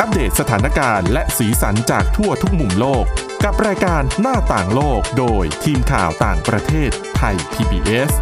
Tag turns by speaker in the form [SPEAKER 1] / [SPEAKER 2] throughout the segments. [SPEAKER 1] ปเดตสถานการณ์และสีสันจากทั่วทุกมุมโลก กับรายการหน้าต่างโลกโดยทีมข่าวต่างประเทศไทย PBS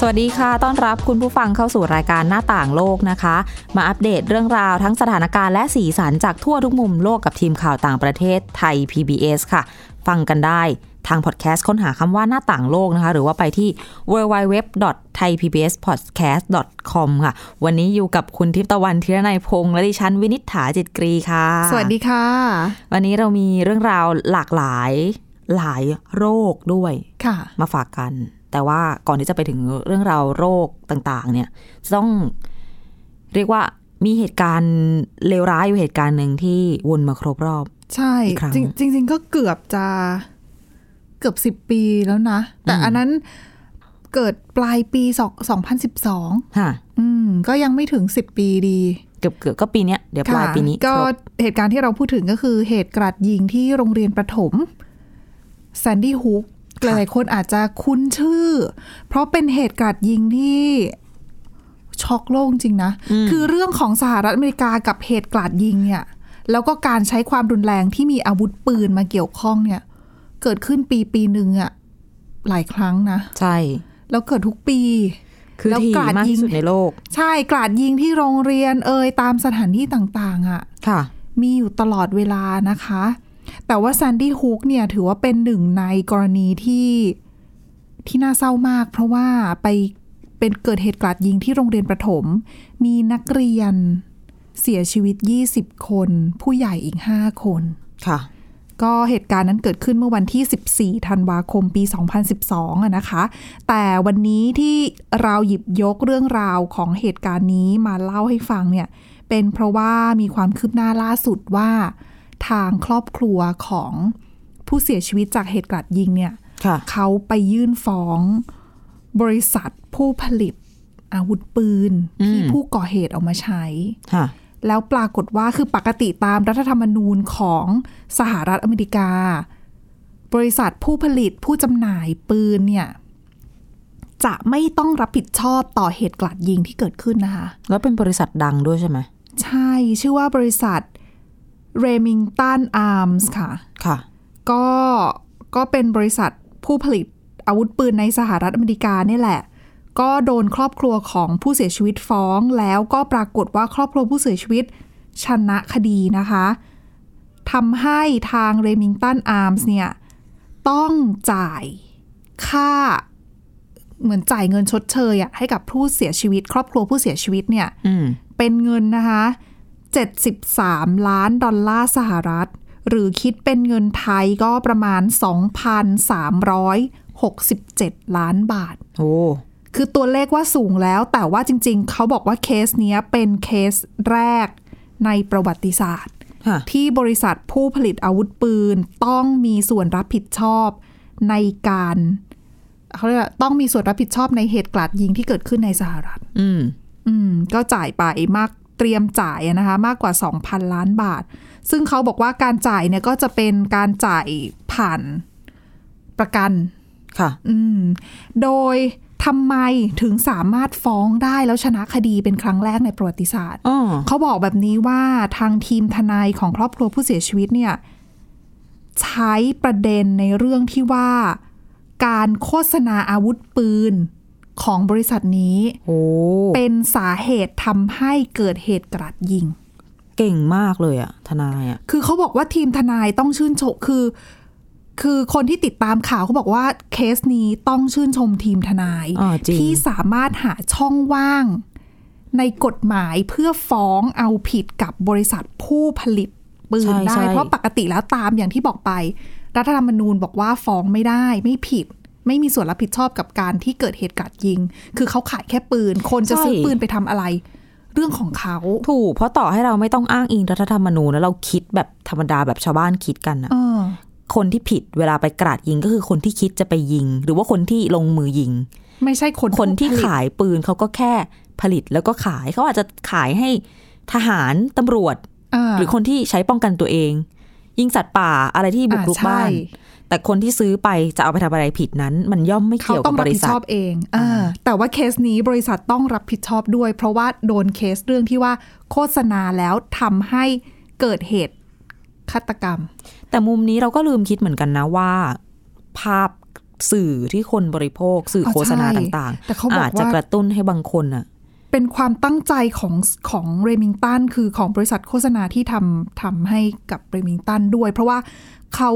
[SPEAKER 2] สวัสดีค่ะ ต้อนรับคุณผู้ฟังเข้าสู่รายการหน้าต่างโลกนะคะ มาอัปเดตเรื่องราวทั้งสถานการณ์และสีสันจากทั่วทุกมุมโลกกับทีมข่าวต่างประเทศไทย PBS ค่ะ ฟังกันได้ทางพอดแคสต์ค้นหาคำว่าหน้าต่างโลกนะคะ หรือว่าไปที่ www.thaipbspodcast.com ค่ะ วันนี้อยู่กับคุณทิพย์ตะวันธีรนัยพงษ์และดิฉันวินิษฐาจิตกรีค่ะ
[SPEAKER 3] สวัสดีค่ะ
[SPEAKER 2] วันนี้เรามีเรื่องราวหลากหลายหลายโรคด้วย
[SPEAKER 3] ค่ะ
[SPEAKER 2] มาฝากกัน แต่ว่าก่อนที่จะไปถึงเรื่องราวโรคต่างๆ เนี่ยจะต้องเรียกว่ามีเหตุการณ์เลวร้ายอยู่เหตุการณ์หนึ่งที่วนมาครบรอบ
[SPEAKER 3] ใช่
[SPEAKER 2] อีกครั้ง
[SPEAKER 3] จริงจริง ๆ ก็เกือบจะเกือบสิบปีแล้วนะ แต่
[SPEAKER 2] อืม
[SPEAKER 3] อันนั้นเกิดปลายปีสองสองพันสิบสอง
[SPEAKER 2] ค่ะ
[SPEAKER 3] อืม ก็ยังไม่ถึงสิบปีดี
[SPEAKER 2] เกือบเกือบก็ปีเนี้ยเดี๋ยวปลาย
[SPEAKER 3] ค่ะ
[SPEAKER 2] ปีนี้
[SPEAKER 3] ก็
[SPEAKER 2] ครบ
[SPEAKER 3] เหตุการณ์ที่เราพูดถึงก็คือเหตุกราดยิงที่โรงเรียนประถมแซนดี้ฮุกหลายๆคนอาจจะคุ้นชื่อ เพราะเป็นเหตุกราดยิงที่ช็อกโลกจริงนะ คือเรื่องของสหรัฐอเมริกากับเหตุกราดยิงเนี่ย แล้วก็การใช้ความรุนแรงที่มีอาวุธปืนมาเกี่ยวข้องเนี่ย เกิดขึ้นปีปีหนึ่งอะหลายครั้งนะ
[SPEAKER 2] ใช่
[SPEAKER 3] แล้วเกิดทุกปี
[SPEAKER 2] คือ
[SPEAKER 3] แล้ว
[SPEAKER 2] ที่
[SPEAKER 3] กราด
[SPEAKER 2] มาก
[SPEAKER 3] ยิง
[SPEAKER 2] ที่สุดในโลก
[SPEAKER 3] ใช่กราดยิงที่โรงเรียนเอ่ยตามสถานที่ต่างๆอะ
[SPEAKER 2] ค่ะ
[SPEAKER 3] มีอยู่ตลอดเวลานะคะ แต่ว่าแซนดี้ฮุกเนี่ยถือว่าเป็นหนึ่งในกรณีที่ที่น่าเศร้ามาก เพราะว่าไปเป็นเกิดเหตุกราดยิงที่โรงเรียนประถม มีนักเรียนเสียชีวิต 20 คน ผู้ใหญ่อีก 5 คน
[SPEAKER 2] ค่ะ
[SPEAKER 3] ก็เหตุการณ์นั้นเกิดขึ้นเมื่อวันที่ 14 ธันวาคมปี 2012อะนะคะ แต่วันนี้ที่เราหยิบยกเรื่องราวของเหตุการณ์นี้มาเล่าให้ฟังเนี่ย เป็นเพราะว่ามีความคืบหน้าล่าสุดว่า ทางครอบครัวของผู้เสียชีวิตจากเหตุกราดยิงเนี่ย
[SPEAKER 2] ค่ะ
[SPEAKER 3] เขาไปยื่นฟ้องบริษัทผู้ผลิตอาวุธปืนที่
[SPEAKER 2] อืม
[SPEAKER 3] ผู้ก่อเหตุเอามาใช้
[SPEAKER 2] ค่ะ
[SPEAKER 3] แล้วปรากฏว่าคือปกติตามรัฐธรรมนูญของสหรัฐอเมริกา บริษัทผู้ผลิตผู้จำหน่ายปืนเนี่ย จะไม่ต้องรับผิดชอบต่อเหตุกราดยิงที่เกิดขึ้นนะคะ
[SPEAKER 2] แล้วเป็นบริษัทดังด้วยใช่ไหม
[SPEAKER 3] ใช่ ชื่อว่าบริษัท Remington Arms ค่ะ
[SPEAKER 2] ค่ะ
[SPEAKER 3] ก็ก็เป็นบริษัทผู้ผลิตอาวุธปืนในสหรัฐอเมริกาเนี่ยแหละ ก็โดนครอบครัวของผู้เสียชีวิตฟ้องแล้วก็ปรากฏว่าครอบครัวผู้เสียชีวิตชนะคดีนะคะทำให้ทางเรมิงตันอาร์มส์เนี่ย ต้องจ่ายค่าเหมือนจ่ายเงินชดเชยอะให้กับผู้เสียชีวิต ครอบครัวผู้เสียชีวิตเนี่ย
[SPEAKER 2] อืม
[SPEAKER 3] เป็นเงินนะคะ 73 ล้านดอลลาร์สหรัฐ หรือคิดเป็นเงินไทยก็ประมาณ 2,367 ล้านบาท
[SPEAKER 2] โอ้
[SPEAKER 3] คือตัวเลขว่าสูงแล้ว แต่ว่าจริงๆ เขาบอกว่าเคสเนี้ยเป็นเคสแรกในประวัติศาสตร์
[SPEAKER 2] ค่ะ
[SPEAKER 3] ที่บริษัทผู้ผลิตอาวุธปืนต้องมีส่วนรับผิดชอบในการเขาเรียกว่าต้องมีส่วนรับผิดชอบในเหตุกราดยิงที่เกิดขึ้นในสหรัฐ
[SPEAKER 2] อืม
[SPEAKER 3] อืมก็จ่ายไปมากเตรียมจ่ายอะนะคะมากกว่า 2,000 ล้านบาท ซึ่งเขาบอกว่าการจ่ายเนี่ยก็จะเป็นการจ่ายผ่านประกัน
[SPEAKER 2] ค่ะ
[SPEAKER 3] อืมโดยทำไมถึงสามารถฟ้องได้แล้วชนะคดีเป็นครั้งแรกในประวัติศาสตร์
[SPEAKER 2] อ้อ
[SPEAKER 3] เขาบอกแบบนี้ว่าทางทีมทนายของครอบครัวผู้เสียชีวิตเนี่ย ใช้ประเด็นในเรื่องที่ว่าการโฆษณาอาวุธปืนของบริษัทนี้
[SPEAKER 2] โอ้
[SPEAKER 3] เป็นสาเหตุทำให้เกิดเหตุกราดยิง
[SPEAKER 2] เก่งมากเลยอะทนายอะ
[SPEAKER 3] คือเขาบอกว่าทีมทนายต้องชื่นชม คือ คือคนที่ติดตามข่าวเขาบอกว่าเคสนี้ต้องชื่นชมทีมทนาย
[SPEAKER 2] อ่าจริง
[SPEAKER 3] ที่สามารถหาช่องว่าง ในกฎหมายเพื่อฟ้องเอาผิดกับบริษัทผู้ผลิตปื
[SPEAKER 2] ใช่
[SPEAKER 3] นได้
[SPEAKER 2] ใช่
[SPEAKER 3] เพราะปกติแล้วตามอย่างที่บอกไป รัฐธรรมนูญบอกว่าฟ้องไม่ได้ ไม่ผิด ไม่มีส่วนรับผิดชอบกับการที่เกิดเหตุการณ์ยิง คือเขาขายแค่ปืน คนจะซื้อปืนไปทำอะไร เรื่องของเขา
[SPEAKER 2] ถูกเพราะต่อให้เราไม่ต้องอ้างอิงรัฐธรรมนูญแล้วเราคิดแบบธรรมดาแบบชาวบ้านคิดกันนะ
[SPEAKER 3] เออ
[SPEAKER 2] คนที่ผิดเวลาไปกราดยิงก็คือคนที่คิดจะไปยิง หรือว่าคนที่ลงมือยิง
[SPEAKER 3] ไม่ใช่คน
[SPEAKER 2] คนที่
[SPEAKER 3] ผู้ผลิต
[SPEAKER 2] ขายปืนเขาก็แค่ผลิตแล้วก็ขายเขาอาจจะขายให้ทหารตำรวจ
[SPEAKER 3] อ่า
[SPEAKER 2] หรือคนที่ใช้ป้องกันตัวเอง ยิงสัตว์ป่าอะไรที่บุกรุก
[SPEAKER 3] อ่ใช่
[SPEAKER 2] บ้าน แต่คนที่ซื้อไปจะเอาไปทำอะไรผิดนั้น มันย่อมไม่
[SPEAKER 3] เขา
[SPEAKER 2] เกี่ยวกั
[SPEAKER 3] ต้อง
[SPEAKER 2] บ
[SPEAKER 3] รั
[SPEAKER 2] บบ ริ
[SPEAKER 3] ผิด
[SPEAKER 2] ษัท
[SPEAKER 3] ชอบเองอ่าแต่ว่าเคสนี้บริษัทต้องรับผิดชอบด้วย เพราะว่าโดนเคสเรื่องที่ว่าโฆษณาแล้วทำให้เกิดเหตุฆาตกรรม
[SPEAKER 2] แต่มุมนี้เราก็ลืมคิดเหมือนกันนะว่า ภาพสื่อที่คนบริโภค สื่อ
[SPEAKER 3] อ๋อ
[SPEAKER 2] โฆษณา
[SPEAKER 3] ใช่
[SPEAKER 2] ต่าง
[SPEAKER 3] แต่เขาบอก
[SPEAKER 2] อาจจะ
[SPEAKER 3] ว่า
[SPEAKER 2] กระตุ้นให้บางคนอ่ะ
[SPEAKER 3] เป็นความตั้งใจของของเรมิงตันคือของบริษัทโฆษณาที่ทำทำให้กับเรมิงตันด้วย เพราะว่าเขา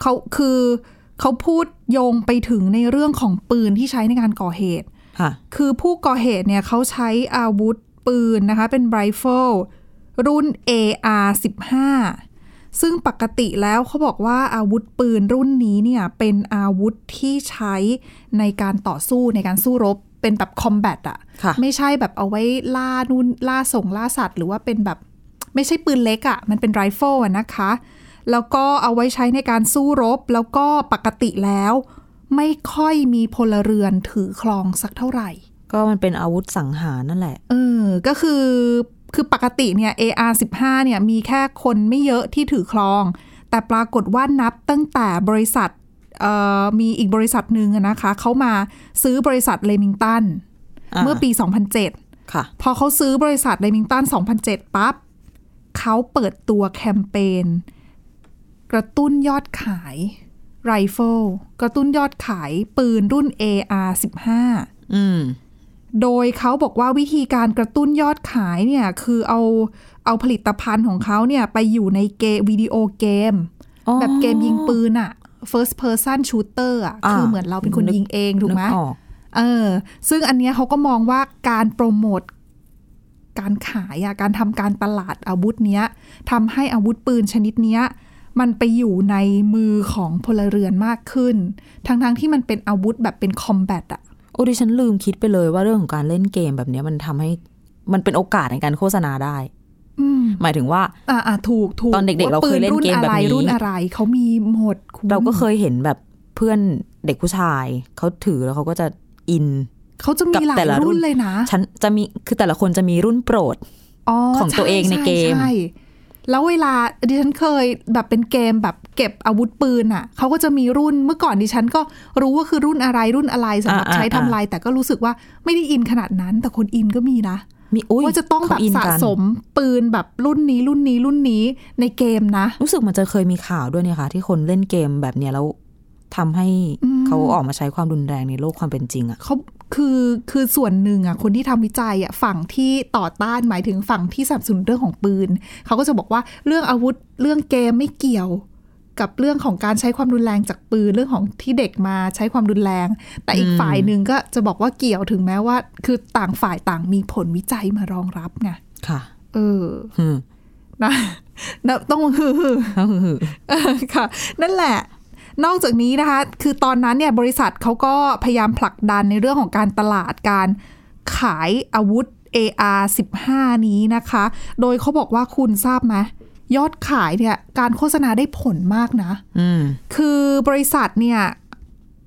[SPEAKER 3] เขาคือเขาพูดโยงไปถึงในเรื่องของปืนที่ใช้ในการก่อเหตุ
[SPEAKER 2] ค่ะ
[SPEAKER 3] คือผู้ก่อเหตุเนี่ยเขาใช้อาวุธปืนนะคะ เป็นไรเฟิลรุ่น AR 15ซึ่งปกติแล้วเขาบอกว่าอาวุธปืนรุ่นนี้เนี่ยเป็นอาวุธที่ใช้ในการต่อสู้ในการสู้รบ เป็นแบบคอมแบทอะ
[SPEAKER 2] ค่ะ
[SPEAKER 3] ไม่ใช่แบบเอาไว้ล่านู่นล่าส่งล่าสัตว์ หรือว่าเป็นแบบไม่ใช่ปืนเล็กอะมันเป็นไรเฟิลอะนะคะ แล้วก็เอาไว้ใช้ในการสู้รบ แล้วก็ปกติแล้ว ไม่ค่อยมีพลเรือนถือครองสักเท่าไหร่
[SPEAKER 2] ก็มันเป็นอาวุธสังหารนั่นแหละ
[SPEAKER 3] เออ ก็คือ คือปกติเนี่ย AR 15เนี่ย มีแค่คนไม่เยอะที่ถือครอง แต่ปรากฏว่านับตั้งแต่บริษัท เอ่อ มีอีกบริษัทหนึ่งอะนะคะ เขามาซื้อบริษัทเลมิงตัน
[SPEAKER 2] อ่า
[SPEAKER 3] เมื่อปี 2007
[SPEAKER 2] ค่ะ
[SPEAKER 3] พอเขาซื้อบริษัทเลมิงตัน 2007 ปั๊บเขาเปิดตัวแคมเปญกระตุ้นยอดขายไรเฟิลกระตุ้นยอดขายปืนรุ่น AR 15
[SPEAKER 2] อืม
[SPEAKER 3] โดยเขาบอกว่าวิธีการกระตุ้นยอดขายเนี่ย คือเอาเอาผลิตภัณฑ์ของเขาเนี่ยไปอยู่ในเกมวิดีโอเกม
[SPEAKER 2] อ๋อ
[SPEAKER 3] แบบเกมยิงปืนอะ first person shooter อะ
[SPEAKER 2] อ่า
[SPEAKER 3] คือเหมือนเราเป็นคนยิงเองถูกไหม
[SPEAKER 2] นึออก
[SPEAKER 3] เออ ซึ่งอันเนี้ยเขาก็มองว่าการโปรโมทการขายอะการทำการตลาดอาวุธเนี้ยทำให้อาวุธปืนชนิดเนี้ย มันไปอยู่ในมือของพลเรือนมากขึ้น ทั้งๆที่มันเป็นอาวุธแบบเป็นคอมแบทอะ
[SPEAKER 2] โอ้ดิฉันลืมคิดไปเลยว่าเรื่องของการเล่นเกมแบบเนี้ยมันทำให้มันเป็นโอกาสในการโฆษณาได้
[SPEAKER 3] อืม
[SPEAKER 2] หมายถึงว่า
[SPEAKER 3] อ่าอ่าถูกถูก
[SPEAKER 2] ตอนเด็กๆ
[SPEAKER 3] ว่
[SPEAKER 2] เราเคยเล่นเกมแบบนี้
[SPEAKER 3] ปืรุ่นอะไร เขามีหมดคุณ
[SPEAKER 2] เราก็เคยเห็นแบบเพื่อนเด็กผู้ชาย เขาถือแล้วเขาก็จะอิน
[SPEAKER 3] เขาจะมีหลา
[SPEAKER 2] กับแต่
[SPEAKER 3] ย
[SPEAKER 2] ละรุ่
[SPEAKER 3] รุ่น
[SPEAKER 2] น
[SPEAKER 3] เลยนะ
[SPEAKER 2] ฉันจะมีคือแต่ละคนจะมีรุ่นโปรด ของตัวเองในเกม
[SPEAKER 3] ใช่แล้วเวลาดิฉันเคยแบบเป็นเกมแบบเก็บอาวุธปืนอ่ะเขาก็จะมีรุ่นเมื่อก่อนดิฉันก็รู้ว่าคือรุ่นอะไรรุ่นอะไรสำหรับใช้ทำลาย แต่ก็รู้สึกว่าไม่ได้อินขนาดนั้น แต่คนอินก็มีนะ
[SPEAKER 2] มีอุ้ย
[SPEAKER 3] ว่าจะต้องแบบ
[SPEAKER 2] เขาน
[SPEAKER 3] สะ
[SPEAKER 2] กัน
[SPEAKER 3] สมปืนแบบรุ่นนี้รุ่นนี้รุ่นนี้ในเกมนะ
[SPEAKER 2] รู้สึกมันจะเคยมีข่าวด้วยเนี่ยค่ะ ที่คนเล่นเกมแบบเนี้ยแล้วทำให้
[SPEAKER 3] อืม
[SPEAKER 2] เขาออกมาใช้ความรุนแรงในโลกความเป็นจริงอะ
[SPEAKER 3] เขาคือคือส่วนหนึ่งอ่ะคนที่ทำวิจัยอ่ะฝั่งที่ต่อต้านหมายถึงฝั่งที่สนับสนุนเรื่องของปืน เขาก็จะบอกว่าเรื่องอาวุธเรื่องเกมไม่เกี่ยว กับเรื่องของการใช้ความรุนแรงจากปืนเรื่องของที่เด็กมาใช้ความรุนแรง แต่อีกฝ่ายหนึ่งก็จะบอกว่าเกี่ยวถึงแม้ว่า คือต่างฝ่ายต่างมีผลวิจัยมารองรับไง
[SPEAKER 2] ค่ะ
[SPEAKER 3] เออ
[SPEAKER 2] อืม
[SPEAKER 3] นะนะต้อง ฮือ
[SPEAKER 2] ก็คือ
[SPEAKER 3] เออค่ะนั่นแหละ นอกจากนี้นะคะ คือตอนนั้นเนี่ยบริษัทเขาก็พยายามผลักดันในเรื่องของการตลาดการขายอาวุธ AR 15 นี้นะคะ โดยเขาบอกว่าคุณทราบไหมยอดขายเนี่ยการโฆษณาได้ผลมากนะ
[SPEAKER 2] อืม
[SPEAKER 3] คือบริษัทเนี่ย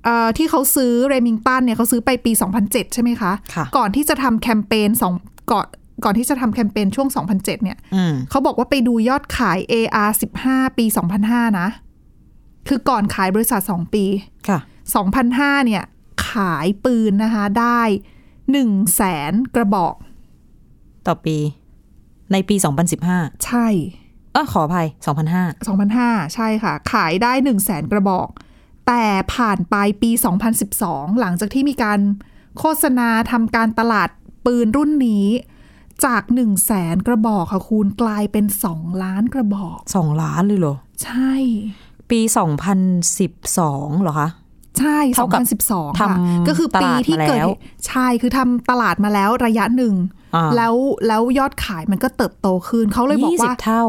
[SPEAKER 3] เอ่อที่เขาซื้อเรมิงตันเนี่ยเขาซื้อไปปี 2007 ใช่ไหมคะ
[SPEAKER 2] ค่ะ
[SPEAKER 3] ก่อนที่จะทำแคมเปญสองก่อนก่อนที่จะทำแคมเปญช่วง 2007 เนี่ย
[SPEAKER 2] อืม
[SPEAKER 3] เขาบอกว่าไปดูยอดขาย AR 15 ปี 2005 นะ คือก่อนขายบริษัท 2 ปี
[SPEAKER 2] ค่ะ
[SPEAKER 3] 2005 เนี่ย ขายปืนนะคะ ได้1แสนกระบอก
[SPEAKER 2] ต่อปี ในปี 2015
[SPEAKER 3] ใช่
[SPEAKER 2] เออขออภัย 2005
[SPEAKER 3] 2005 ใช่ค่ะ ขายได้1แสนกระบอก แต่ผ่านไปปี 2012 หลังจากที่มีการโฆษณาทำการตลาดปืนรุ่นนี้ จาก1แสนกระบอกค่ะคุณกลายเป็น 2 ล้านกระบอก
[SPEAKER 2] 2 ล้านเลยเหรอ
[SPEAKER 3] ใช่
[SPEAKER 2] ปี 2012เหรอคะ
[SPEAKER 3] ใช่
[SPEAKER 2] เท่ากับ
[SPEAKER 3] 2012 ค่ะ
[SPEAKER 2] ทำ
[SPEAKER 3] ก็คือปีที่เกิ
[SPEAKER 2] ต
[SPEAKER 3] ด
[SPEAKER 2] ลาดมาแล้ว
[SPEAKER 3] ใช่ คือทำตลาดมาแล้วระยะหนึ่ง
[SPEAKER 2] อ่า
[SPEAKER 3] แล้วแล้วยอดขายมันก็เติบโตขึ้น เขาเลยบอกว่า
[SPEAKER 2] 20 เท่า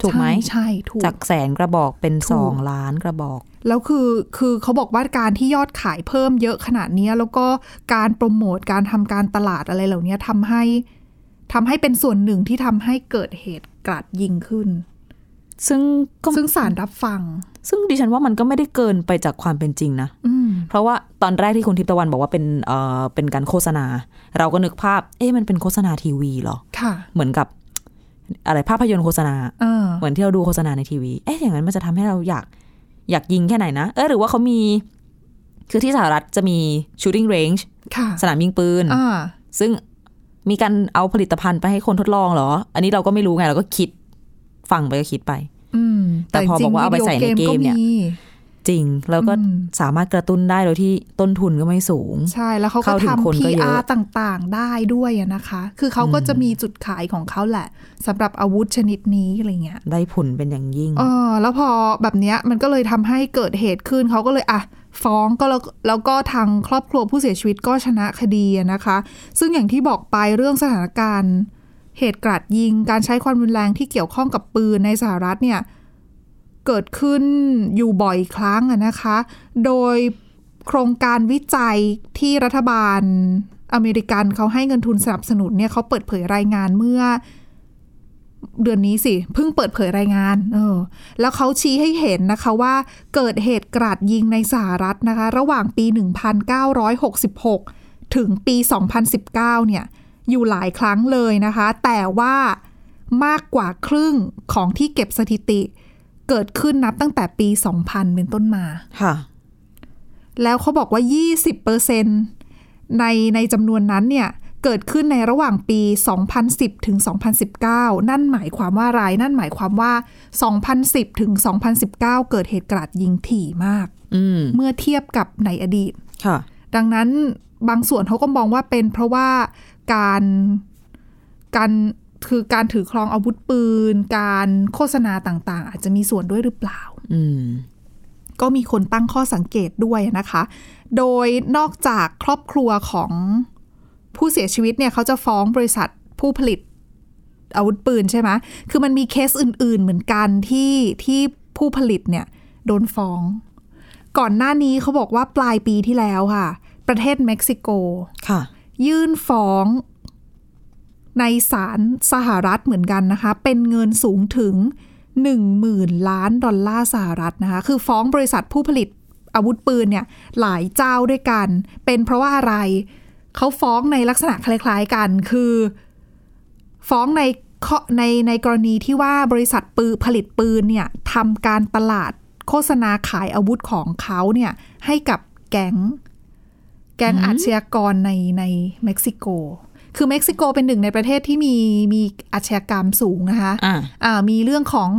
[SPEAKER 2] ถูกไหม
[SPEAKER 3] ใช่ใช่ถูก
[SPEAKER 2] จากแสนกระบอกเป็น
[SPEAKER 3] ถูก
[SPEAKER 2] 2 ล้านกระบอก
[SPEAKER 3] แล้วคือคือเขาบอกว่าการที่ยอดขายเพิ่มเยอะขนาดเนี้ยแล้วก็การโปรโมทการทำการตลาดอะไรเหล่าเนี้ยทำให้ทำให้เป็นส่วนหนึ่งที่ทำให้เกิดเหตุกราดยิงขึ้น
[SPEAKER 2] ซึ่งก็
[SPEAKER 3] ซึ่งสารรับฟัง
[SPEAKER 2] ซึ่งดิฉันว่ามันก็ไม่ได้เกินไปจากความเป็นจริงนะ
[SPEAKER 3] อืม
[SPEAKER 2] เพราะว่าตอนแรกที่คุณทิพย์ตะวันบอกว่าเป็นเอ่อเป็นการโฆษณา เราก็นึกภาพ เอ๊ะมันเป็นโฆษณาทีวีเหรอ
[SPEAKER 3] ค่ะ
[SPEAKER 2] เหมือนกับ อะไรภาพยนตร์โฆษณา
[SPEAKER 3] เออ
[SPEAKER 2] เหมือนที่เราดูโฆษณาในทีวี เอ๊ะอย่างนั้นมันจะทำให้เราอยาก อยากยิงแค่ไหนนะ เออหรือว่าเขามี คือที่สหรัฐจะมี shooting range
[SPEAKER 3] ค่ะ
[SPEAKER 2] สนามยิงปืน
[SPEAKER 3] อ่า
[SPEAKER 2] ซึ่งมีการเอาผลิตภัณฑ์ไปให้คนทดลองเหรอ อันนี้เราก็ไม่รู้ไง เราก็คิดฟังไปก็คิดไป
[SPEAKER 3] อืม
[SPEAKER 2] แต่พอ
[SPEAKER 3] จริง
[SPEAKER 2] บอกว่าเอาไปใส่ในเกมเนี่ย
[SPEAKER 3] วิดีโอ
[SPEAKER 2] จริง แล้วก็
[SPEAKER 3] อืม
[SPEAKER 2] สามารถกระตุ้นได้โดยที่ต้นทุนก็ไม่สูง
[SPEAKER 3] ใช่แล้วเขาก็
[SPEAKER 2] เข้าถึงคน
[SPEAKER 3] ทำ
[SPEAKER 2] ก็เยอะ
[SPEAKER 3] PR ต่างๆ ได้ด้วยอะนะคะ คือเขาก็จะมีจุดขายของเขาแหละสำหรับอาวุธชนิดนี้อะไรเงี้ย
[SPEAKER 2] ได้ผลเป็นอย่างยิ่ง
[SPEAKER 3] เออแล้วพอแบบเนี้ยมันก็เลยทำให้เกิดเหตุขึ้นเขาก็เลยอ่ะฟ้องก็แล้วแล้วก็ทางครอบครัวผู้เสียชีวิตก็ชนะคดีอะนะคะ ซึ่งอย่างที่บอกไปเรื่องสถานการณ์ เหตุกราดยิงการใช้ความรุนแรงที่เกี่ยวข้องกับปืนในสหรัฐเนี่ย เกิดขึ้นอยู่บ่อยครั้งอะนะคะ โดยโครงการวิจัยที่รัฐบาลอเมริกันเขาให้เงินทุนสนับสนุนเนี่ยเขาเปิดเผยรายงานเมื่อ เดือนนี้สิเพิ่งเปิดเผยรายงานเออแล้วเขาชี้ให้เห็นนะคะว่าเกิดเหตุกราดยิงในสหรัฐนะคะ ระหว่างปี 1966 ถึงปี 2019 เนี่ย อยู่หลายครั้งเลยนะคะ แต่ว่ามากกว่าครึ่งของที่เก็บสถิติ เกิดขึ้นนับตั้งแต่ปี 2000 เป็นต้นมา
[SPEAKER 2] ค่ะ
[SPEAKER 3] แล้วเขาบอกว่า 20%ในในจำนวนนั้นเนี่ย เกิดขึ้นในระหว่างปี 2010 ถึง 2019 นั่นหมายความว่าอะไร นั่นหมายความว่า 2010 ถึง 2019 เกิดเหตุกราดยิงถี่มาก
[SPEAKER 2] อืม
[SPEAKER 3] เมื่อเทียบกับในอดีต
[SPEAKER 2] ค่ะ
[SPEAKER 3] ดังนั้นบางส่วนเขาก็มองว่าเป็นเพราะว่าการการคือการถือครองอาวุธปืน การโฆษณาต่างๆ อาจจะมีส่วนด้วยหรือเปล่า
[SPEAKER 2] อืม
[SPEAKER 3] ก็มีคนตั้งข้อสังเกตด้วยนะคะ โดยนอกจากครอบครัวของผู้เสียชีวิตเนี่ยเขาจะฟ้องบริษัทผู้ผลิตอาวุธปืนใช่ไหม คือมันมีเคสอื่น ๆ เหมือนกันที่ที่ผู้ผลิตเนี่ยโดนฟ้อง ก่อนหน้านี้เขาบอกว่าปลายปีที่แล้วค่ะ ประเทศเม็กซิโก
[SPEAKER 2] ค่ะ
[SPEAKER 3] ยื่นฟ้องในศาลสหรัฐเหมือนกันนะคะ เป็นเงินสูงถึง 10,000 ล้านดอลลาร์สหรัฐนะคะ คือฟ้องบริษัทผู้ผลิตอาวุธปืนเนี่ยหลายเจ้าด้วยกัน เป็นเพราะว่าอะไร เขาฟ้องในลักษณะคล้ายๆกัน คือ ฟ้องในข้อในในกรณีที่ว่าบริษัทปืนผลิตปืนเนี่ยทำการตลาดโฆษณาขายอาวุธของเขาเนี่ยให้กับแก๊ง แก๊งอาชญากรในในเม็กซิโก คือเม็กซิโกเป็นหนึ่งในประเทศที่มีมีอาชญากรรมสูงนะคะ
[SPEAKER 2] อ่ะ
[SPEAKER 3] อ่ามีเรื่องของ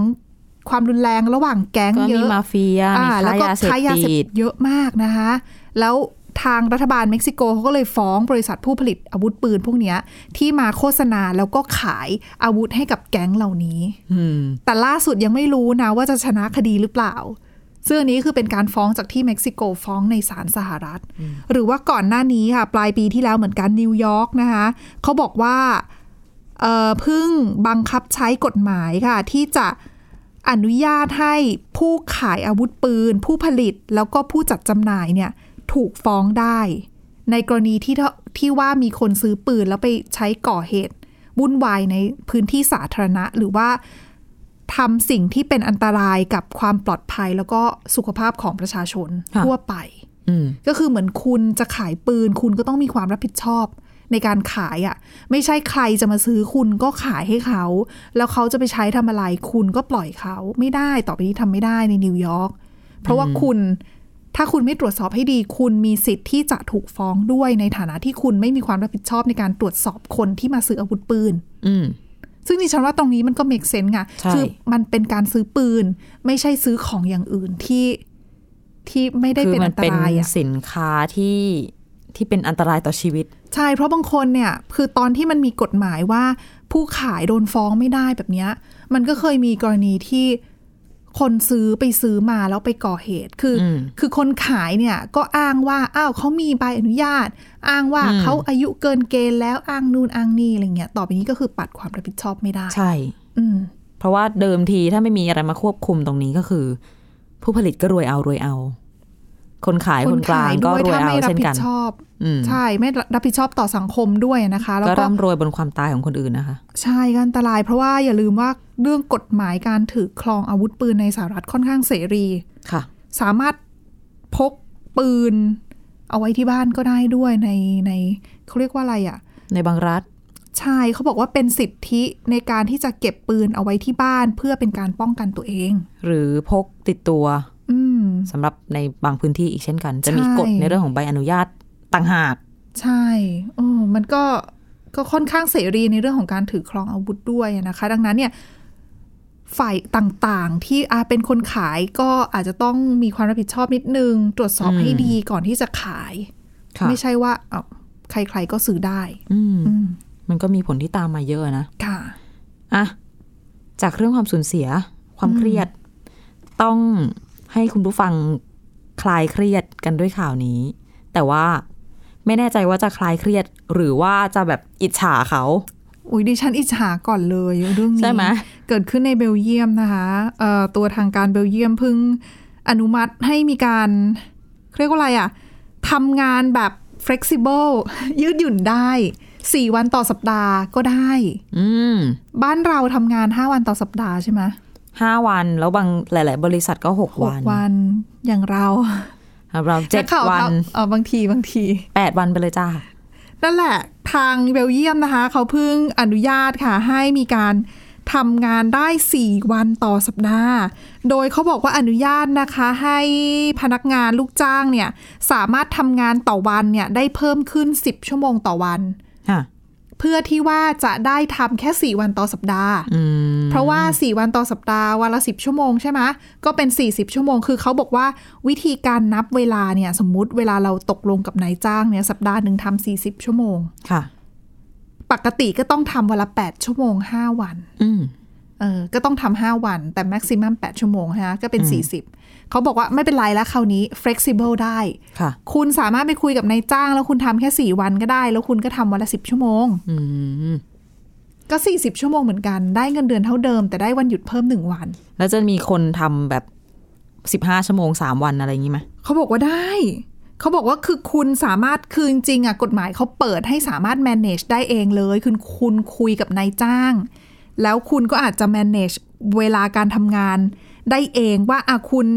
[SPEAKER 3] ความรุนแรงระหว่างแก๊ง
[SPEAKER 2] ก็
[SPEAKER 3] เย
[SPEAKER 2] มี
[SPEAKER 3] อะ
[SPEAKER 2] มาเฟีย มี
[SPEAKER 3] อ่าแล้ว
[SPEAKER 2] ค้า
[SPEAKER 3] ก็
[SPEAKER 2] ยาเสพ
[SPEAKER 3] ค้ายาเสพ
[SPEAKER 2] ติ
[SPEAKER 3] ติ
[SPEAKER 2] ด
[SPEAKER 3] ดเยอะมากนะคะ แล้วทางรัฐบาลเม็กซิโกเขาก็เลยฟ้องบริษัทผู้ผลิตอาวุธปืนพวกเนี้ยที่มาโฆษณาแล้วก็ขายอาวุธให้กับแก๊งเหล่านี้
[SPEAKER 2] อืม
[SPEAKER 3] แต่ล่าสุดยังไม่รู้นะว่าจะชนะคดีหรือเปล่า ซึ่งอันนี้คือเป็นการฟ้องจากที่เม็กซิโกฟ้องในศาลสหรัฐ หรือว่าก่อนหน้านี้ค่ะ ปลายปีที่แล้วเหมือนกันนิวยอร์กนะคะเขาบอกว่าเอ่อเพิ่งบังคับใช้กฎหมายค่ะ ที่จะอนุญาตให้ผู้ขายอาวุธปืน ผู้ผลิตแล้วก็ผู้จัดจำหน่ายเนี่ยถูกฟ้องได้ ในกรณีที่ถ้าที่ว่ามีคนซื้อปืนแล้วไปใช้ก่อเหตุวุ่นวายในพื้นที่สาธารณะหรือว่า ทำสิ่งที่เป็นอันตรายกับความปลอดภัยแล้วก็สุขภาพของประชาชน
[SPEAKER 2] ค่ะ
[SPEAKER 3] ทั่วไป
[SPEAKER 2] อืม
[SPEAKER 3] ก็คือเหมือนคุณจะขายปืน คุณก็ต้องมีความรับผิดชอบในการขายอะ่ะ ไม่ใช่ใครจะมาซื้อคุณก็ขายให้เขา แล้วเขาจะไปใช้ทำอะไร คุณก็ปล่อยเขาไม่ได้ต่อไปนี้ทำไม่ได้ในนิวยอร์กเพราะว่าคุณถ้าคุณไม่ตรวจสอบให้ดี คุณมีสิทธิ์ที่จะถูกฟ้องด้วยในฐานะที่คุณไม่มีความรับผิดชอบในการตรวจสอบคนที่มาซื้ออาวุธปืน
[SPEAKER 2] อืม
[SPEAKER 3] ซึ่งดิฉันว่าตรงนี้มันก็เมกเซน s ์ไง
[SPEAKER 2] ใช่
[SPEAKER 3] คือมันเป็นการซื้อปืน ไม่ใช่ซื้อของอย่างอื่นที่ที่ไม่ได้
[SPEAKER 2] คือ
[SPEAKER 3] เป็น
[SPEAKER 2] มั
[SPEAKER 3] อั
[SPEAKER 2] น
[SPEAKER 3] นต
[SPEAKER 2] เป็น
[SPEAKER 3] รายอ่ะ
[SPEAKER 2] สินค้าที่ที่เป็นอันตรายต่อชีวิต
[SPEAKER 3] ใช่ เพราะบางคนเนี่ย คือตอนที่มันมีกฎหมายว่า ผู้ขายโดนฟ้องไม่ได้แบบเนี้ย มันก็เคยมีกรณีที่คนซื้อไปซื้อมาแล้วไปก่อเหตุ คืออ
[SPEAKER 2] ม
[SPEAKER 3] คือคนขายเนี่ยก็อ้างว่า อ้าวเขามีใบอนุญาต อ้างว่า
[SPEAKER 2] อืม
[SPEAKER 3] เขาอายุเกินเกณฑ์แล้วอ้างนู่นอ้างนี่อะไรเงี้ย ต่อไปนี้ก็คือปัดความรับผิดชอบไม่ได้
[SPEAKER 2] ใช่
[SPEAKER 3] อืม
[SPEAKER 2] เพราะว่าเดิมทีถ้าไม่มีอะไรมาควบคุมตรงนี้ก็คือ ผู้ผลิตก็รวยเอารวยเอา คนขายคนกลางก็รวย
[SPEAKER 3] ถ้า
[SPEAKER 2] เอา
[SPEAKER 3] ไม่รั
[SPEAKER 2] เช่น
[SPEAKER 3] ผิ
[SPEAKER 2] กัน
[SPEAKER 3] ดชอบ
[SPEAKER 2] อืม
[SPEAKER 3] ใช่ไม่รับผิดชอบต่อสังคมด้วยนะคะ แล้ว
[SPEAKER 2] ก็
[SPEAKER 3] ก็
[SPEAKER 2] ร่ำรวยบนความตายของคนอื่นนะคะ
[SPEAKER 3] ใช่ก็อันตราย เพราะว่าอย่าลืมว่าเรื่องกฎหมายการถือครองอาวุธปืนในสหรัฐค่อนข้างเสรี
[SPEAKER 2] ค่ะ
[SPEAKER 3] สามารถพกปืน เอาไว้ที่บ้านก็ได้ด้วยในในเขาเรียกว่าอะไรอ่ะ
[SPEAKER 2] ในบางรัฐ
[SPEAKER 3] ใช่เขาบอกว่าเป็นสิทธิในการที่จะเก็บปืนเอาไว้ที่บ้านเพื่อเป็นการป้องกันตัวเอง
[SPEAKER 2] หรือพกติดตัว
[SPEAKER 3] อืม
[SPEAKER 2] สำหรับในบางพื้นที่อีกเช่นกัน จะมีกฎ
[SPEAKER 3] ใช่
[SPEAKER 2] ในเรื่องของใบอนุญาตต่างหาก
[SPEAKER 3] ใช่โอ้มันก็ ก็ค่อนข้างเสรีในเรื่องของการถือครองอาวุธด้วยนะคะ ดังนั้นเนี่ย ฝ่ายต่างๆ ที่อาเป็นคนขายก็อาจจะต้องมีความรับผิดชอบนิดนึง ตรวจสอบ
[SPEAKER 2] อืม
[SPEAKER 3] ให้ดีก่อนที่จะขาย
[SPEAKER 2] ค่ะ
[SPEAKER 3] ไม่ใช่ว่าเอ้าใครๆก็ซื้อได้
[SPEAKER 2] อืม
[SPEAKER 3] อืม
[SPEAKER 2] มันก็มีผลที่ตามมาเยอะนะ
[SPEAKER 3] ค่ะ
[SPEAKER 2] อะจากเรื่องความสูญเสียความ
[SPEAKER 3] อืม
[SPEAKER 2] เครียด ต้องให้คุณผู้ฟังคลายเครียดกันด้วยข่าวนี้ แต่ว่าไม่แน่ใจว่าจะคลายเครียด หรือว่าจะแบบอิจฉาเขา
[SPEAKER 3] อุ้ยดิฉันอิจฉาก่อนเลยเรื่องนี้
[SPEAKER 2] ใช่ไหม
[SPEAKER 3] เกิดขึ้นในเบลเยียมนะคะเอ่อตัวทางการเบลเยียมเพึ่งอนุมัติให้มีการเรียกว่าอะไรอะทำงานแบบ flexible ยืดหยุ่นได้ 4 วันต่อสัปดาห์ก็ได้
[SPEAKER 2] อืม
[SPEAKER 3] บ้านเราทำงาน 5 วันต่อสัปดาห์ใช่ไหม
[SPEAKER 2] ห้าวันแล้วบางหลาย ๆ บริษัทก็หก
[SPEAKER 3] ห
[SPEAKER 2] วั
[SPEAKER 3] ก
[SPEAKER 2] น
[SPEAKER 3] วันอย่างเรา
[SPEAKER 2] เราเจ็ด
[SPEAKER 3] นักข่า
[SPEAKER 2] วัน
[SPEAKER 3] เขาเออบางทีบางที
[SPEAKER 2] แปดวันไปเลยจ้า
[SPEAKER 3] นั่นแหละทางเบลเยียมนะคะ เขาเพิ่งอนุญาตค่ะ ให้มีการทำงานได้ 4 วันต่อสัปดาห์ โดยเขาบอกว่าอนุญาตนะคะ ให้พนักงานลูกจ้างเนี่ย สามารถทำงานต่อวันเนี่ย ได้เพิ่มขึ้น 10 ชั่วโมงต่อวัน
[SPEAKER 2] ค่ะ
[SPEAKER 3] เพื่อที่ว่าจะได้ทำแค่ 4 วันต่อสัปดาห์
[SPEAKER 2] อืม
[SPEAKER 3] เพราะว่า 4 วันต่อสัปดาห์วันละ 10 ชั่วโมงใช่ไหมก็เป็น 40 ชั่วโมง คือเขาบอกว่าวิธีการนับเวลาเนี่ยสมมุติเวลาเราตกลงกับนายจ้างเนี่ยสัปดาห์หนึ่งทำ40 ชั่วโมง
[SPEAKER 2] ค่ะ
[SPEAKER 3] ปกติก็ต้องทำวันละ 8 ชั่วโมง 5 วัน
[SPEAKER 2] อืม
[SPEAKER 3] เออ ก็ต้องทำ5วัน แต่ maximum 8 ชั่วโมงฮะ ก็เป็น
[SPEAKER 2] อืม
[SPEAKER 3] 40 เขาบอกว่าไม่เป็นไรแล้วคราวนี้ flexible ได้
[SPEAKER 2] ค่ะ
[SPEAKER 3] คุณสามารถไปคุยกับนายจ้าง แล้วคุณทำแค่ 4 วันก็ได้ แล้วคุณก็ทำวันละ 10 ชั่วโมง
[SPEAKER 2] อืม
[SPEAKER 3] ก็ 40 ชั่วโมงเหมือนกัน ได้เงินเดือนเท่าเดิม แต่ได้วันหยุดเพิ่ม 1 วัน
[SPEAKER 2] แล้วจะมีคนทำแบบสิบห้าชั่วโมงสามวันอะไรอย่างนี้ไหม
[SPEAKER 3] เขาบอกว่าได้ เขาบอกว่าคือคุณสามารถคือจริงๆอ่ะกฎหมายเขาเปิดให้สามารถ manage ได้เองเลยคือคุณคุยกับนายจ้าง แล้วคุณก็อาจจะ manage เวลาการทำงานได้เองว่าอ่ะคุณ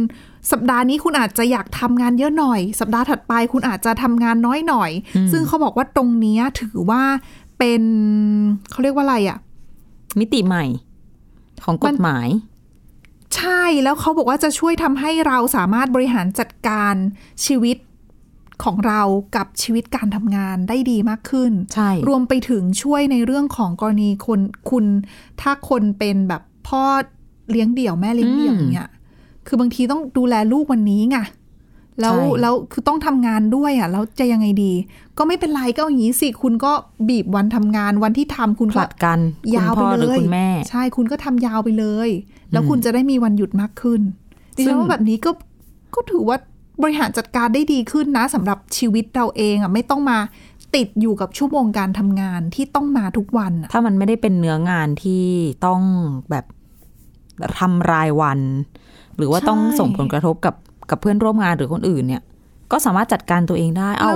[SPEAKER 3] สัปดาห์นี้คุณอาจจะอยากทำงานเยอะหน่อย สัปดาห์ถัดไปคุณอาจจะทำงานน้อยหน่อย ซึ่งเขาบอกว่าตรงเนี้ยถือว่าเป็นเขาเรียกว่าอะไรอ่ะ
[SPEAKER 2] มิติใหม่ ของกฎหมาย
[SPEAKER 3] ใช่แล้วเขาบอกว่าจะช่วยทำให้เราสามารถบริหารจัดการชีวิตของเรากับชีวิตการทำงานได้ดีมากขึ้น
[SPEAKER 2] ใช่
[SPEAKER 3] รวมไปถึงช่วยในเรื่องของกรณีคนคุณ ถ้าคนเป็นแบบพ่อเลี้ยงเดี่ยวแม่เลี้ยงเดี่ยว
[SPEAKER 2] อืม
[SPEAKER 3] เนี่ยคือบางทีต้องดูแลลูกวันนี้ไงแล้ว
[SPEAKER 2] ใช่
[SPEAKER 3] แล้วคือต้องทำงานด้วยอ่ะแล้วจะยังไงดี ก็ไม่เป็นไรก็เอาอย่างนี้สิคุณก็บีบวันทำงานวันที่ทำคุณ
[SPEAKER 2] ผ
[SPEAKER 3] ก็
[SPEAKER 2] ลัดกัน
[SPEAKER 3] ยาว
[SPEAKER 2] คุณพ่
[SPEAKER 3] ไป
[SPEAKER 2] อห
[SPEAKER 3] เล
[SPEAKER 2] รือยคุณแม่
[SPEAKER 3] ใช่คุณก็ทำยาวไปเลย แล้วคุณจะได้มีวันหยุดมากขึ้นดิ
[SPEAKER 2] ซึ่
[SPEAKER 3] ฉั
[SPEAKER 2] ง
[SPEAKER 3] นว่าแบบนี้ก็ก็ถือว่าบริหารจัดการได้ดีขึ้นนะสำหรับชีวิตเราเองอ่ะไม่ต้องมาติดอยู่กับชั่วโมงการทำงานที่ต้องมาทุกวันอ่ะ
[SPEAKER 2] ถ้ามันไม่ได้เป็นเนื้องานที่ต้องแบบทำรายวัน หรือว่าต้องส่งผลกระทบกับกับเพื่อนร่วมงานหรือคนอื่นเนี่ย ก็สามารถจัดการตัวเองได้ เอา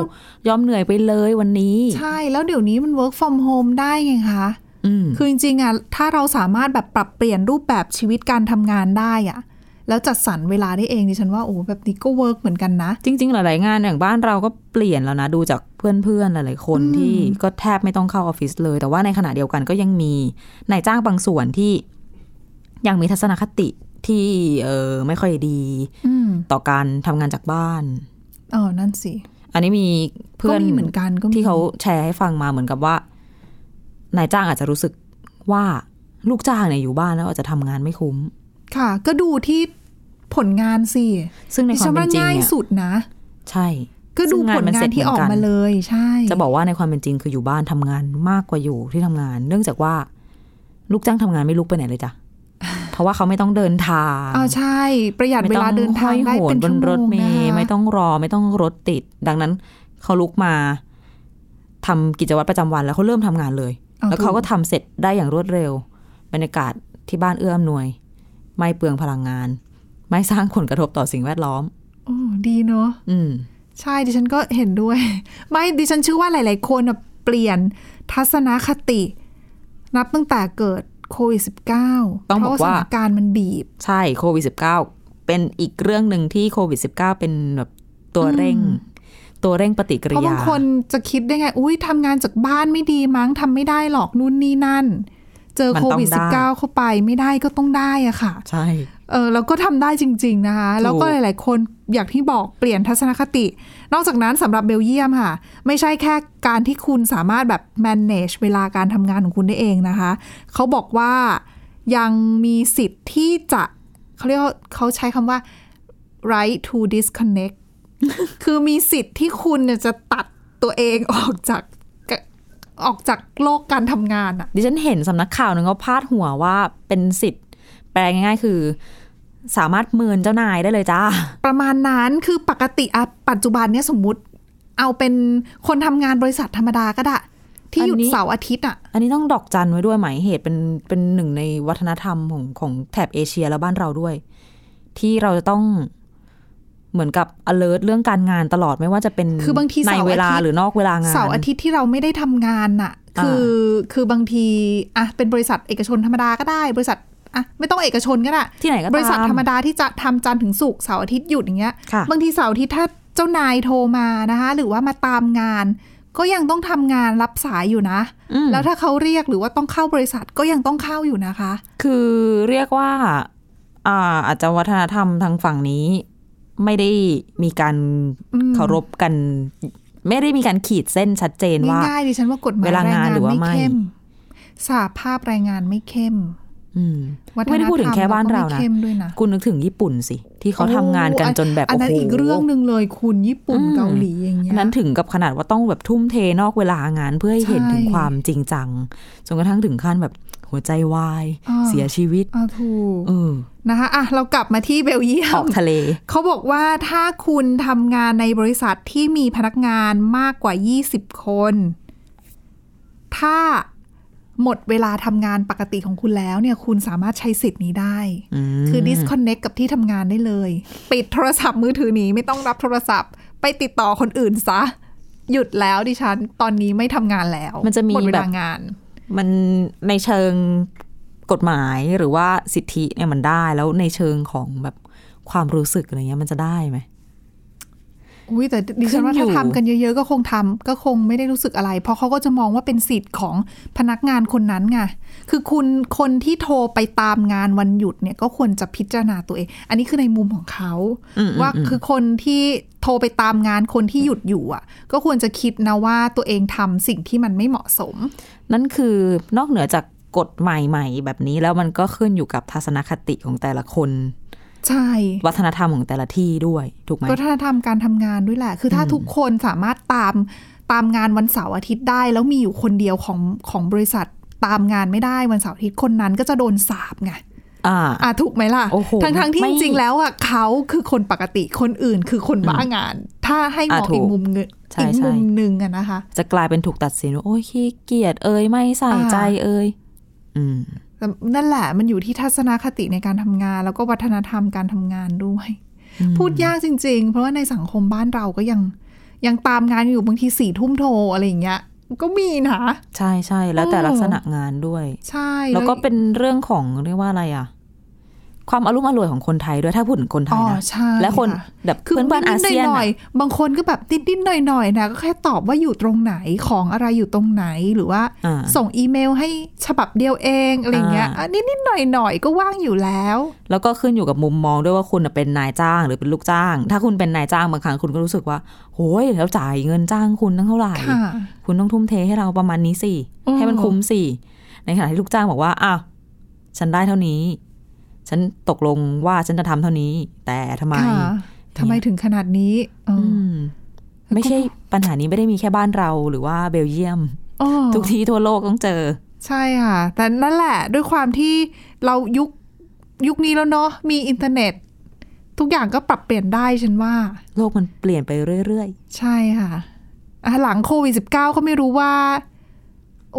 [SPEAKER 2] ยอมเหนื่อยไปเลยวันนี้
[SPEAKER 3] ใช่แล้วเดี๋ยวนี้มัน work from home ได้ไงคะ
[SPEAKER 2] อืม
[SPEAKER 3] คือจริงๆอ่ะถ้าเราสามารถแบบปรับเปลี่ยนรูปแบบชีวิตการทำงานได้อ่ะแล้วจัดสรรเวลาได้เองดิฉันว่าโอ้แบบนี้ก็เวิร์กเหมือนกันนะ
[SPEAKER 2] จริง ๆ หลาย ๆ งานอย่างบ้านเราก็เปลี่ยนแล้วนะ ดูจากเพื่อนๆ หลาย ๆ คน
[SPEAKER 3] อืม
[SPEAKER 2] ที่ก็แทบไม่ต้องเข้าออฟฟิศเลย แต่ว่าในขณะเดียวกันก็ยังมีนายจ้างบางส่วนที่ยังมีทัศนคติที่เออไม่ค่อยดี
[SPEAKER 3] อืม
[SPEAKER 2] ต่อการทำงานจากบ้าน
[SPEAKER 3] อ๋อนั่นสิ
[SPEAKER 2] อันนี้มีเพื่
[SPEAKER 3] ก็
[SPEAKER 2] อน
[SPEAKER 3] มีเหมือนกันก็มี
[SPEAKER 2] ที่เขาแชร์ให้ฟังมาเหมือนกับว่านายจ้างอาจจะรู้สึกว่าลูกจ้างเนี่ยอยู่บ้านแล้วอาจจะทำงานไม่คุ้ม
[SPEAKER 3] ค่ะ ก็ดูที่ผลงานสิ
[SPEAKER 2] ซึ่งใน
[SPEAKER 3] ดิ
[SPEAKER 2] ควา
[SPEAKER 3] ฉั
[SPEAKER 2] ม
[SPEAKER 3] น
[SPEAKER 2] เป็
[SPEAKER 3] ว่าน
[SPEAKER 2] จริง
[SPEAKER 3] ง่าย
[SPEAKER 2] เนี่ย
[SPEAKER 3] สุดนะ
[SPEAKER 2] ใช่
[SPEAKER 3] ก็ดูผลงานที่ออกมาเลย ใช่
[SPEAKER 2] จะบอกว่าในความเป็นจริงคืออยู่บ้านทำงานมากกว่าอยู่ที่ทำงาน เนื่องจากว่า ลูกจ้างทำงานไม่ลุกไปไหนเลย จ้ะ เพราะว่าเขาไม่ต้องเดินทาง
[SPEAKER 3] อ้าวใช่ ประหยัดเวลาเดินทาง
[SPEAKER 2] ม่ต้อห้
[SPEAKER 3] ได้
[SPEAKER 2] อยโห
[SPEAKER 3] เป็น
[SPEAKER 2] บ
[SPEAKER 3] ชั่
[SPEAKER 2] น
[SPEAKER 3] วโม
[SPEAKER 2] รง ถเมล์
[SPEAKER 3] นะคะ
[SPEAKER 2] ไม่ต้องรอไม่ต้องรถติด ดังนั้นเขาลุกมาทำกิจวัตรประจำวันแล้วเขาเริ่มทำงานเลย
[SPEAKER 3] อ
[SPEAKER 2] แล้วเขาก็ทำเสร็จได้อย่างรวดเร็ว บรรยากาศที่บ้านเอื้ออำนวย ไม่เปลืองพลังงาน ไม่สร้างผลกระทบต่อสิ่งแวดล้อม
[SPEAKER 3] โอ้ดีเนาะ
[SPEAKER 2] อืม
[SPEAKER 3] ใช่ดิฉันก็เห็นด้วย ไม่ดิฉันเชื่อว่าหลาย ๆ คนน่ะเปลี่ยนทัศนคติ นับตั้งแต่เกิดโควิด -19
[SPEAKER 2] ต้องบ
[SPEAKER 3] เพ
[SPEAKER 2] อก
[SPEAKER 3] ราะว่าส
[SPEAKER 2] ว่า
[SPEAKER 3] ถานการณ์มันบีบ
[SPEAKER 2] ใช่โควิด1 9เป็นอีกเรื่องหนึ่งที่โควิด1 9เป็นแบบตัวเร่ง
[SPEAKER 3] อืม
[SPEAKER 2] ตัวเร่งปฏิกิริ
[SPEAKER 3] เพราะ
[SPEAKER 2] ยา
[SPEAKER 3] บางคนจะคิดได้ไง อุ้ยทำงานจากบ้านไม่ดีมั้งทำไม่ได้หรอกนู่นนี่นั่น เจอ
[SPEAKER 2] มัน
[SPEAKER 3] โค
[SPEAKER 2] ต้อง
[SPEAKER 3] วิด
[SPEAKER 2] ได้
[SPEAKER 3] 19เข้าไปไม่ได้ก็ต้องได้อะค่ะ
[SPEAKER 2] ใช่
[SPEAKER 3] เออแล้วก็ทำได้จริง ๆ นะคะ แล้วก็หลายๆคนอย่างที่บอกเปลี่ยนทัศนคติ นอกจากนั้นสำหรับเบลเยียมค่ะ ไม่ใช่แค่การที่คุณสามารถแบบ manage เวลาการทำงานของคุณได้เองนะคะ เขาบอกว่ายังมีสิทธิ์ที่จะเขาเรียกว่าเขาใช้คำว่า right to disconnect คือมีสิทธิ์ที่คุณเนี่ยจะตัดตัวเองออกจากออกจากโลกการทำงานอะ
[SPEAKER 2] ดิฉันเห็นสำนักข่าวหนึ่งเขาพาดหัวว่าเป็นสิทธิ์ แปลง่ายๆ คือ สามารถเมินเจ้านายได้เลยจ้า
[SPEAKER 3] ประมาณนั้นคือปกติอะปัจจุบันเนี่ยสมมุติเอาเป็นคนทำงานบริษัทธรรมดาก็ได้ ที่หยุ
[SPEAKER 2] อั
[SPEAKER 3] ด
[SPEAKER 2] นนี้
[SPEAKER 3] เสาร์อาทิตย์อะ
[SPEAKER 2] อันนี้ต้องดอกจันไว้ด้วยหมายเหตุเป็นเป็นหนึ่งในวัฒนธรรมของของแถบเอเชียและบ้านเราด้วย ที่เราจะต้องเหมือนกับ alert เรื่องการงานตลอดไม่ว่าจะเป็น
[SPEAKER 3] คือบางที
[SPEAKER 2] ใน
[SPEAKER 3] เสาร์
[SPEAKER 2] เว
[SPEAKER 3] อา
[SPEAKER 2] ลา
[SPEAKER 3] ทิตย์
[SPEAKER 2] หรือนอกเวลางาน
[SPEAKER 3] เสาร์อาทิตย์ที่เราไม่ได้ทำงานน่ะ
[SPEAKER 2] อ่า
[SPEAKER 3] คือคือบางทีอะเป็นบริษัทเอกชนธรรมดาก็ได้ บริษัทอะไม่ต้องเอกชนก็ได้
[SPEAKER 2] ที่ไหนก็ตาม
[SPEAKER 3] บริษัทธรรมดาที่จะทำจันทร์ถึงศุกร์เสาร์อาทิตย์หยุดอย่างเงี้ย
[SPEAKER 2] ค่ะ
[SPEAKER 3] บางทีเสาร์อาทิตย์ถ้าเจ้านายโทรมานะคะ หรือว่ามาตามงาน ก็ยังต้องทำงานรับสายอยู่นะ
[SPEAKER 2] อืม
[SPEAKER 3] แล้วถ้าเขาเรียกหรือว่าต้องเข้าบริษัทก็ยังต้องเข้าอยู่นะคะ
[SPEAKER 2] คือเรียกว่าอ่าอาจจะวัฒนธรรมทางฝั่งนี้ ไม่ได้มีการ
[SPEAKER 3] อืม
[SPEAKER 2] เคารพกัน ไม่ได้มีการขีดเส้นชัดเจนว่า
[SPEAKER 3] ง่ายๆดิฉันว่ากฎหมาย
[SPEAKER 2] เวลา
[SPEAKER 3] แร
[SPEAKER 2] งาง
[SPEAKER 3] งานน
[SPEAKER 2] หรือว่า
[SPEAKER 3] ไม่
[SPEAKER 2] ไม่
[SPEAKER 3] เข้มสาภาพแรงงานไม่เข้ม
[SPEAKER 2] อืม
[SPEAKER 3] วัฒนธรร
[SPEAKER 2] ไม่ได้พูดถึงแค่บ้านเรานะ
[SPEAKER 3] ก็ไม่เข้มด้วยนะ
[SPEAKER 2] คุณนึกถึงญี่ปุ่นสิ ที่เขาทำงานกันจนแบบ
[SPEAKER 3] อันนั้น
[SPEAKER 2] โโห
[SPEAKER 3] อีกเรื่องหนึ่งเลยคุณญี่ปุ่น
[SPEAKER 2] อืม
[SPEAKER 3] เกาหลีอย่างเงี้ย
[SPEAKER 2] อันนั้นถึงกับขนาดว่าต้องแบบทุ่มเทนอกเวลางานเพื่อให้เห็น
[SPEAKER 3] ใช่
[SPEAKER 2] ถึงความจริงจังจนกระทั่งถึงขั้นแบบหัวใจวาย
[SPEAKER 3] อ่า
[SPEAKER 2] เสียชีวิต
[SPEAKER 3] อ่าถูก
[SPEAKER 2] เออ
[SPEAKER 3] นะคะอ่ะเรากลับมาที่เบลเยีย
[SPEAKER 2] อ
[SPEAKER 3] ม
[SPEAKER 2] อกทะเล
[SPEAKER 3] เขาบอกว่าถ้าคุณทำงานในบริษัทที่มีพนักงานมากกว่า 20 คน ถ้าหมดเวลาทำงานปกติของคุณแล้วเนี่ย คุณสามารถใช้สิทธิ์นี้ได้
[SPEAKER 2] ม
[SPEAKER 3] คือ disconnect กับที่ทำงานได้เลย ปิดโทรศัพท์มือถือหนี้ไม่ต้องรับโทรศัพท์ ไปติดต่อคนอื่นซะ หยุดแล้วดิฉันตอนนี้ไม่ทำงานแล้ว
[SPEAKER 2] มันจะมี
[SPEAKER 3] หมดเว
[SPEAKER 2] แบ
[SPEAKER 3] ลา
[SPEAKER 2] บ
[SPEAKER 3] งาน
[SPEAKER 2] มันในเชิงกฎหมายหรือว่าสิทธิเนี่ยมันได้แล้วในเชิงของแบบความรู้สึกอะไรเงี้ยมันจะได้ไหม
[SPEAKER 3] อุ้ยแต่ดิฉันว่า
[SPEAKER 2] ขึ้นอยู่
[SPEAKER 3] ถ้าทำกันเยอะๆ ก็คงทำก็คงไม่ได้รู้สึกอะไร เพราะเขาก็จะมองว่าเป็นสิทธิ์ของพนักงานคนนั้นไงคือคุณคนที่โทรไปตามงานวันหยุดเนี่ยก็ควรจะพิจารณาตัวเอง อันนี้คือในมุมของเขา ว่าคือคนที่โทรไปตามงานคนที่หยุดอยู่อ่ะ ก็ควรจะคิดนะว่าตัวเองทำสิ่งที่มันไม่เหมาะสม
[SPEAKER 2] นั่นคือนอกเหนือจากกฎใหม่ๆ แบบนี้แล้วมันก็ขึ้นอยู่กับทัศนคติของแต่ละคน
[SPEAKER 3] ใช่
[SPEAKER 2] วัฒนธรรมของแต่ละที่ด้วยถูกไหม
[SPEAKER 3] ก็ถ้าทำการทำงานด้วยแหละ คือถ้าทุกคนสามารถตามตามงานวันเสาร์อาทิตย์ได้ แล้วมีอยู่คนเดียวของของบริษัทตามงานไม่ได้วันเสาร์อาทิตย์คนนั้นก็จะโดนสาบไง
[SPEAKER 2] อ่า
[SPEAKER 3] อ่ะถูกไหมล่ะ
[SPEAKER 2] โอ้โห
[SPEAKER 3] ทั้งทั้งๆที่
[SPEAKER 2] ไม่
[SPEAKER 3] จริงๆแล้วอ่ะเขาคือคนปกติคนอื่นคือคนบ้างาน ถ้าให้มอง
[SPEAKER 2] อ่ะถู
[SPEAKER 3] อี
[SPEAKER 2] ก
[SPEAKER 3] กมุมเงิน
[SPEAKER 2] ใช่
[SPEAKER 3] อีก
[SPEAKER 2] ใช่
[SPEAKER 3] มุมหนึ่งอะนะคะ
[SPEAKER 2] จะกลายเป็นถูกตัดสินว่าโอ้ยขี้เกียจเอ่ยไม่ใส่ใจเอ่ยอืม
[SPEAKER 3] แต่นั่นแหละมันอยู่ที่ทัศนคติในการทำงาน แล้วก็วัฒนธรรมการทำงานด้วย พูดยากจริง ๆ เพราะว่าในสังคมบ้านเราก็ยัง ยังตามงานอยู่บางทีสี่ทุ่มโทรอะไรอย่างเงี้ย ก็มีนะ
[SPEAKER 2] ใช่ใช่แล้วแต่
[SPEAKER 3] โอ้
[SPEAKER 2] ลักษณะงานด้วย
[SPEAKER 3] ใช่
[SPEAKER 2] แล้วก็เป็นเรื่องของเรียกว่าอะไรอ่ะ ความอารมณ์อร่วยของคนไทยด้วยถ้าพูดถึงคนไท
[SPEAKER 3] อ๋
[SPEAKER 2] ย
[SPEAKER 3] อ
[SPEAKER 2] นะ
[SPEAKER 3] ใช่
[SPEAKER 2] และคนแบบ
[SPEAKER 3] คือ
[SPEAKER 2] เพื่อนบ้านอา
[SPEAKER 3] ดิ้
[SPEAKER 2] เซียน
[SPEAKER 3] หน่
[SPEAKER 2] อะ
[SPEAKER 3] อยๆบางคนก็แบบดิ้นๆหน่อยๆนะก็แค่ตอบว่าอยู่ตรงไหนของอะไรอยู่ตรงไหนหรือว่า
[SPEAKER 2] อ่า
[SPEAKER 3] ส่งอีเมลให้ฉบับเดียวเองอะไรอย่างเงี้ย
[SPEAKER 2] อ่า
[SPEAKER 3] อ่ะนิดๆหน่อยๆก็ว่างอยู่แล้ว
[SPEAKER 2] แล้วก็ขึ้นอยู่กับมุมมองด้วยว่าคุณน่ะเป็นนายจ้างหรือเป็นลูกจ้าง ถ้าคุณเป็นนายจ้างบางครั้งคุณก็รู้สึกว่าโอ้ยแล้วจ่ายเงินจ้างคุณตั้งเท่าไหร่
[SPEAKER 3] ค่ะ
[SPEAKER 2] คุณต้องทุ่มเทให้เราประมาณนี้สิ
[SPEAKER 3] อืม
[SPEAKER 2] ให้มันคุ้มสิ ในขณะที่ลูกจ้างบอกว่า อ้าว ฉันได้เท่านี้ ฉันตกลงว่าฉันจะทำเท่านี้ แต่ทำไม
[SPEAKER 3] ค่ะทำไมถึงขนาดนี้เออ
[SPEAKER 2] อื
[SPEAKER 3] อ
[SPEAKER 2] ม ไม่ใช่ปัญหานี้ไม่ได้มีแค่บ้านเราหรือว่าเบลเยียม
[SPEAKER 3] อ้อ
[SPEAKER 2] ทุกที่ทั่วโลกต้องเจอ
[SPEAKER 3] ใช่ค่ะ แต่นั่นแหละด้วยความที่เรายุคยุคนี้แล้วเนาะมีอินเทอร์เน็ต ทุกอย่างก็ปรับเปลี่ยนได้ฉันว่า
[SPEAKER 2] โลกมันเปลี่ยนไปเรื่อย
[SPEAKER 3] ใช่ค่ะอ่ะ หลังโควิด -19 ก็ไม่รู้ว่า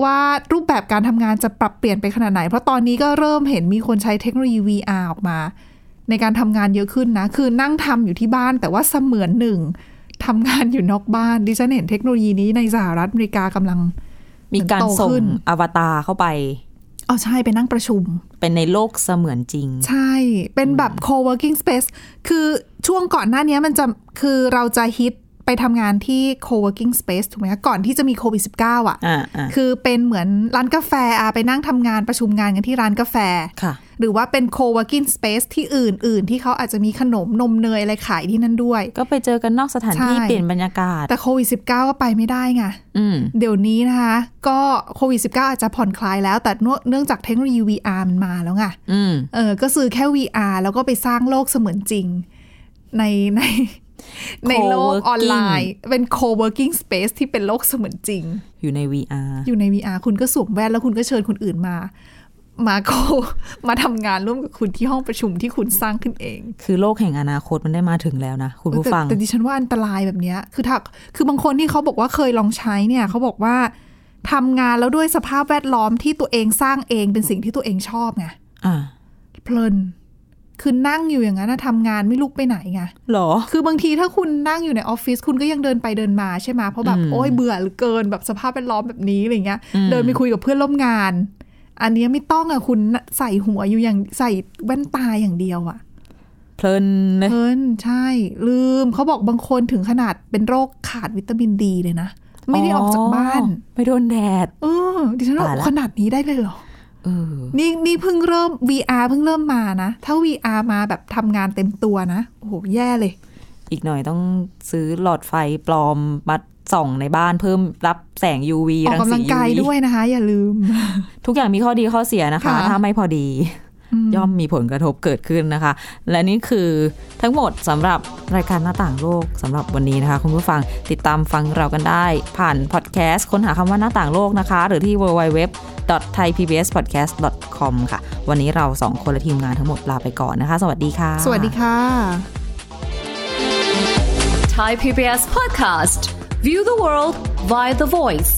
[SPEAKER 3] ว่ารูปแบบการทำงานจะปรับเปลี่ยนไปขนาดไหน เพราะตอนนี้ก็เริ่มเห็นมีคนใช้เทคโนโลยี VR ออกมา ในการทำงานเยอะขึ้นนะ คือนั่งทำอยู่ที่บ้านแต่ว่าเสมือนหนึ่งทำงานอยู่นอกบ้านดิฉันเห็นเทคโนโลยีนี้ในสหรัฐอเมริกากำลัง
[SPEAKER 2] ๆ มีการ
[SPEAKER 3] มันโต
[SPEAKER 2] ส่ง
[SPEAKER 3] ขึ้น
[SPEAKER 2] อวตารเข้าไป
[SPEAKER 3] เอาใช่ไปนั่งประชุม
[SPEAKER 2] เป็นในโลกเสมือนจริง
[SPEAKER 3] ใช่ เป็นแบบ co-working space คือช่วงก่อนหน้าเนี้ยมันจะ คือเราจะฮิตไปทำงานที่ co-working space ถูกไหมคะก่อนที่จะมีโควิด -19 อ่ะ
[SPEAKER 2] อ่าอ่า
[SPEAKER 3] คือเป็นเหมือนร้านกาแฟอะไปนั่งทำงานประชุมงานกันที่ร้านกาแฟ
[SPEAKER 2] ค่ะ
[SPEAKER 3] หรือว่าเป็น co-working space ที่อื่น ๆ ที่เขาอาจจะมีขนมนมเนยอะไรขายที่นั่นด้วย
[SPEAKER 2] ก็ไปเจอกันนอกสถานที่
[SPEAKER 3] ใช่
[SPEAKER 2] เปลี่ยนบรรยากาศ
[SPEAKER 3] แต่โควิด -19 ก็ไปไม่ได้ไง
[SPEAKER 2] อืม
[SPEAKER 3] เดี๋ยวนี้นะคะ ก็โควิด -19 อาจจะผ่อนคลายแล้ว แต่เนื่องจากเทคโนโลยี VR มันมาแล้วไง
[SPEAKER 2] อืม
[SPEAKER 3] เออ ก็ซื้อแค่ VR แล้วก็ไปสร้างโลกเสมือนจริง ใน ในในโลกออนไลน์ เป็น co-working space ที่เป็นโลกเสมือนจริง
[SPEAKER 2] อยู่ใน VR
[SPEAKER 3] อยู่ใน VR คุณก็สวมแว่นแล้วคุณก็เชิญคนอื่นมา มาโค มาทำงานร่วมกับคุณที่ห้องประชุมที่คุณสร้างขึ้นเอง
[SPEAKER 2] คือโลกแห่งอนาคตมันได้มาถึงแล้วนะ คุณผู้
[SPEAKER 3] แต่
[SPEAKER 2] ฟัง
[SPEAKER 3] แต่ดิฉันว่าอันตรายแบบเนี้ยคือถ้าคือบางคนที่เขาบอกว่าเคยลองใช้เนี่ย เขาบอกว่าทำงานแล้วด้วยสภาพแวดล้อมที่ตัวเองสร้างเองเป็นสิ่งที่ตัวเองชอบไง
[SPEAKER 2] อ่ะ
[SPEAKER 3] เพลิน คือนั่งอยู่อย่างนั้นนะทำงานไม่ลุกไปไหนไง
[SPEAKER 2] หรอ
[SPEAKER 3] คือบางทีถ้าคุณนั่งอยู่ในออฟฟิศคุณก็ยังเดินไปเดินมาใช่ไหมเพราะแบบ
[SPEAKER 2] อืม
[SPEAKER 3] โอ้ยเบื่อเหลือเกินแบบสภาพแวดล้อมแบบนี้อะไรเงี้ย
[SPEAKER 2] อืม
[SPEAKER 3] เดินไปคุยกับเพื่อนร่วมงาน อันเนี้ยไม่ต้องอะคุณใส่หัวอยู่อย่างใส่แว่นตาอย่างเดียวอะ
[SPEAKER 2] เพลินเนอะ
[SPEAKER 3] เพิ่นใช่ ลืมเขาบอกบางคนถึงขนาดเป็นโรคขาดวิตามินดีเลยนะ ไม่ได้ออกจากบ้าน
[SPEAKER 2] ไปโดนแดด
[SPEAKER 3] เออดิฉันว่า
[SPEAKER 2] ตายละ
[SPEAKER 3] ขนาดนี้ได้เลยเหรอ
[SPEAKER 2] เออ
[SPEAKER 3] นี่นี่เพิ่งเริ่ม VR เพิ่งเริ่มมานะ ถ้า VR มาแบบทำงานเต็มตัวนะ โอ้โห แย่เลย
[SPEAKER 2] อีกหน่อยต้องซื้อหลอดไฟปลอมมาส่องในบ้านเพิ่มรับแสง UV
[SPEAKER 3] ออก
[SPEAKER 2] รัง
[SPEAKER 3] กำลั
[SPEAKER 2] สี
[SPEAKER 3] งกาย
[SPEAKER 2] UV
[SPEAKER 3] ด้วยนะคะ อย่าลืม
[SPEAKER 2] ทุกอย่างมีข้อดีข้อเสียนะคะ
[SPEAKER 3] ค่ะ
[SPEAKER 2] ถ้าไม่พอดี ย่อมมีผลกระทบเกิดขึ้นนะคะ และนี่คือทั้งหมดสำหรับรายการหน้าต่างโลกสำหรับวันนี้นะคะ คุณผู้ฟังติดตามฟังเรากันได้ ผ่านพอดแคสต์ค้นหาคำว่าหน้าต่างโลกนะคะ หรือที่ www thaipbspodcast com ค่ะ วันนี้เราสองคนและทีมงานทั้งหมดลาไปก่อนนะคะ สวัสดีค่ะ
[SPEAKER 3] สวัสดีค่ะ
[SPEAKER 4] Thai PBS podcast. View the world via the voice.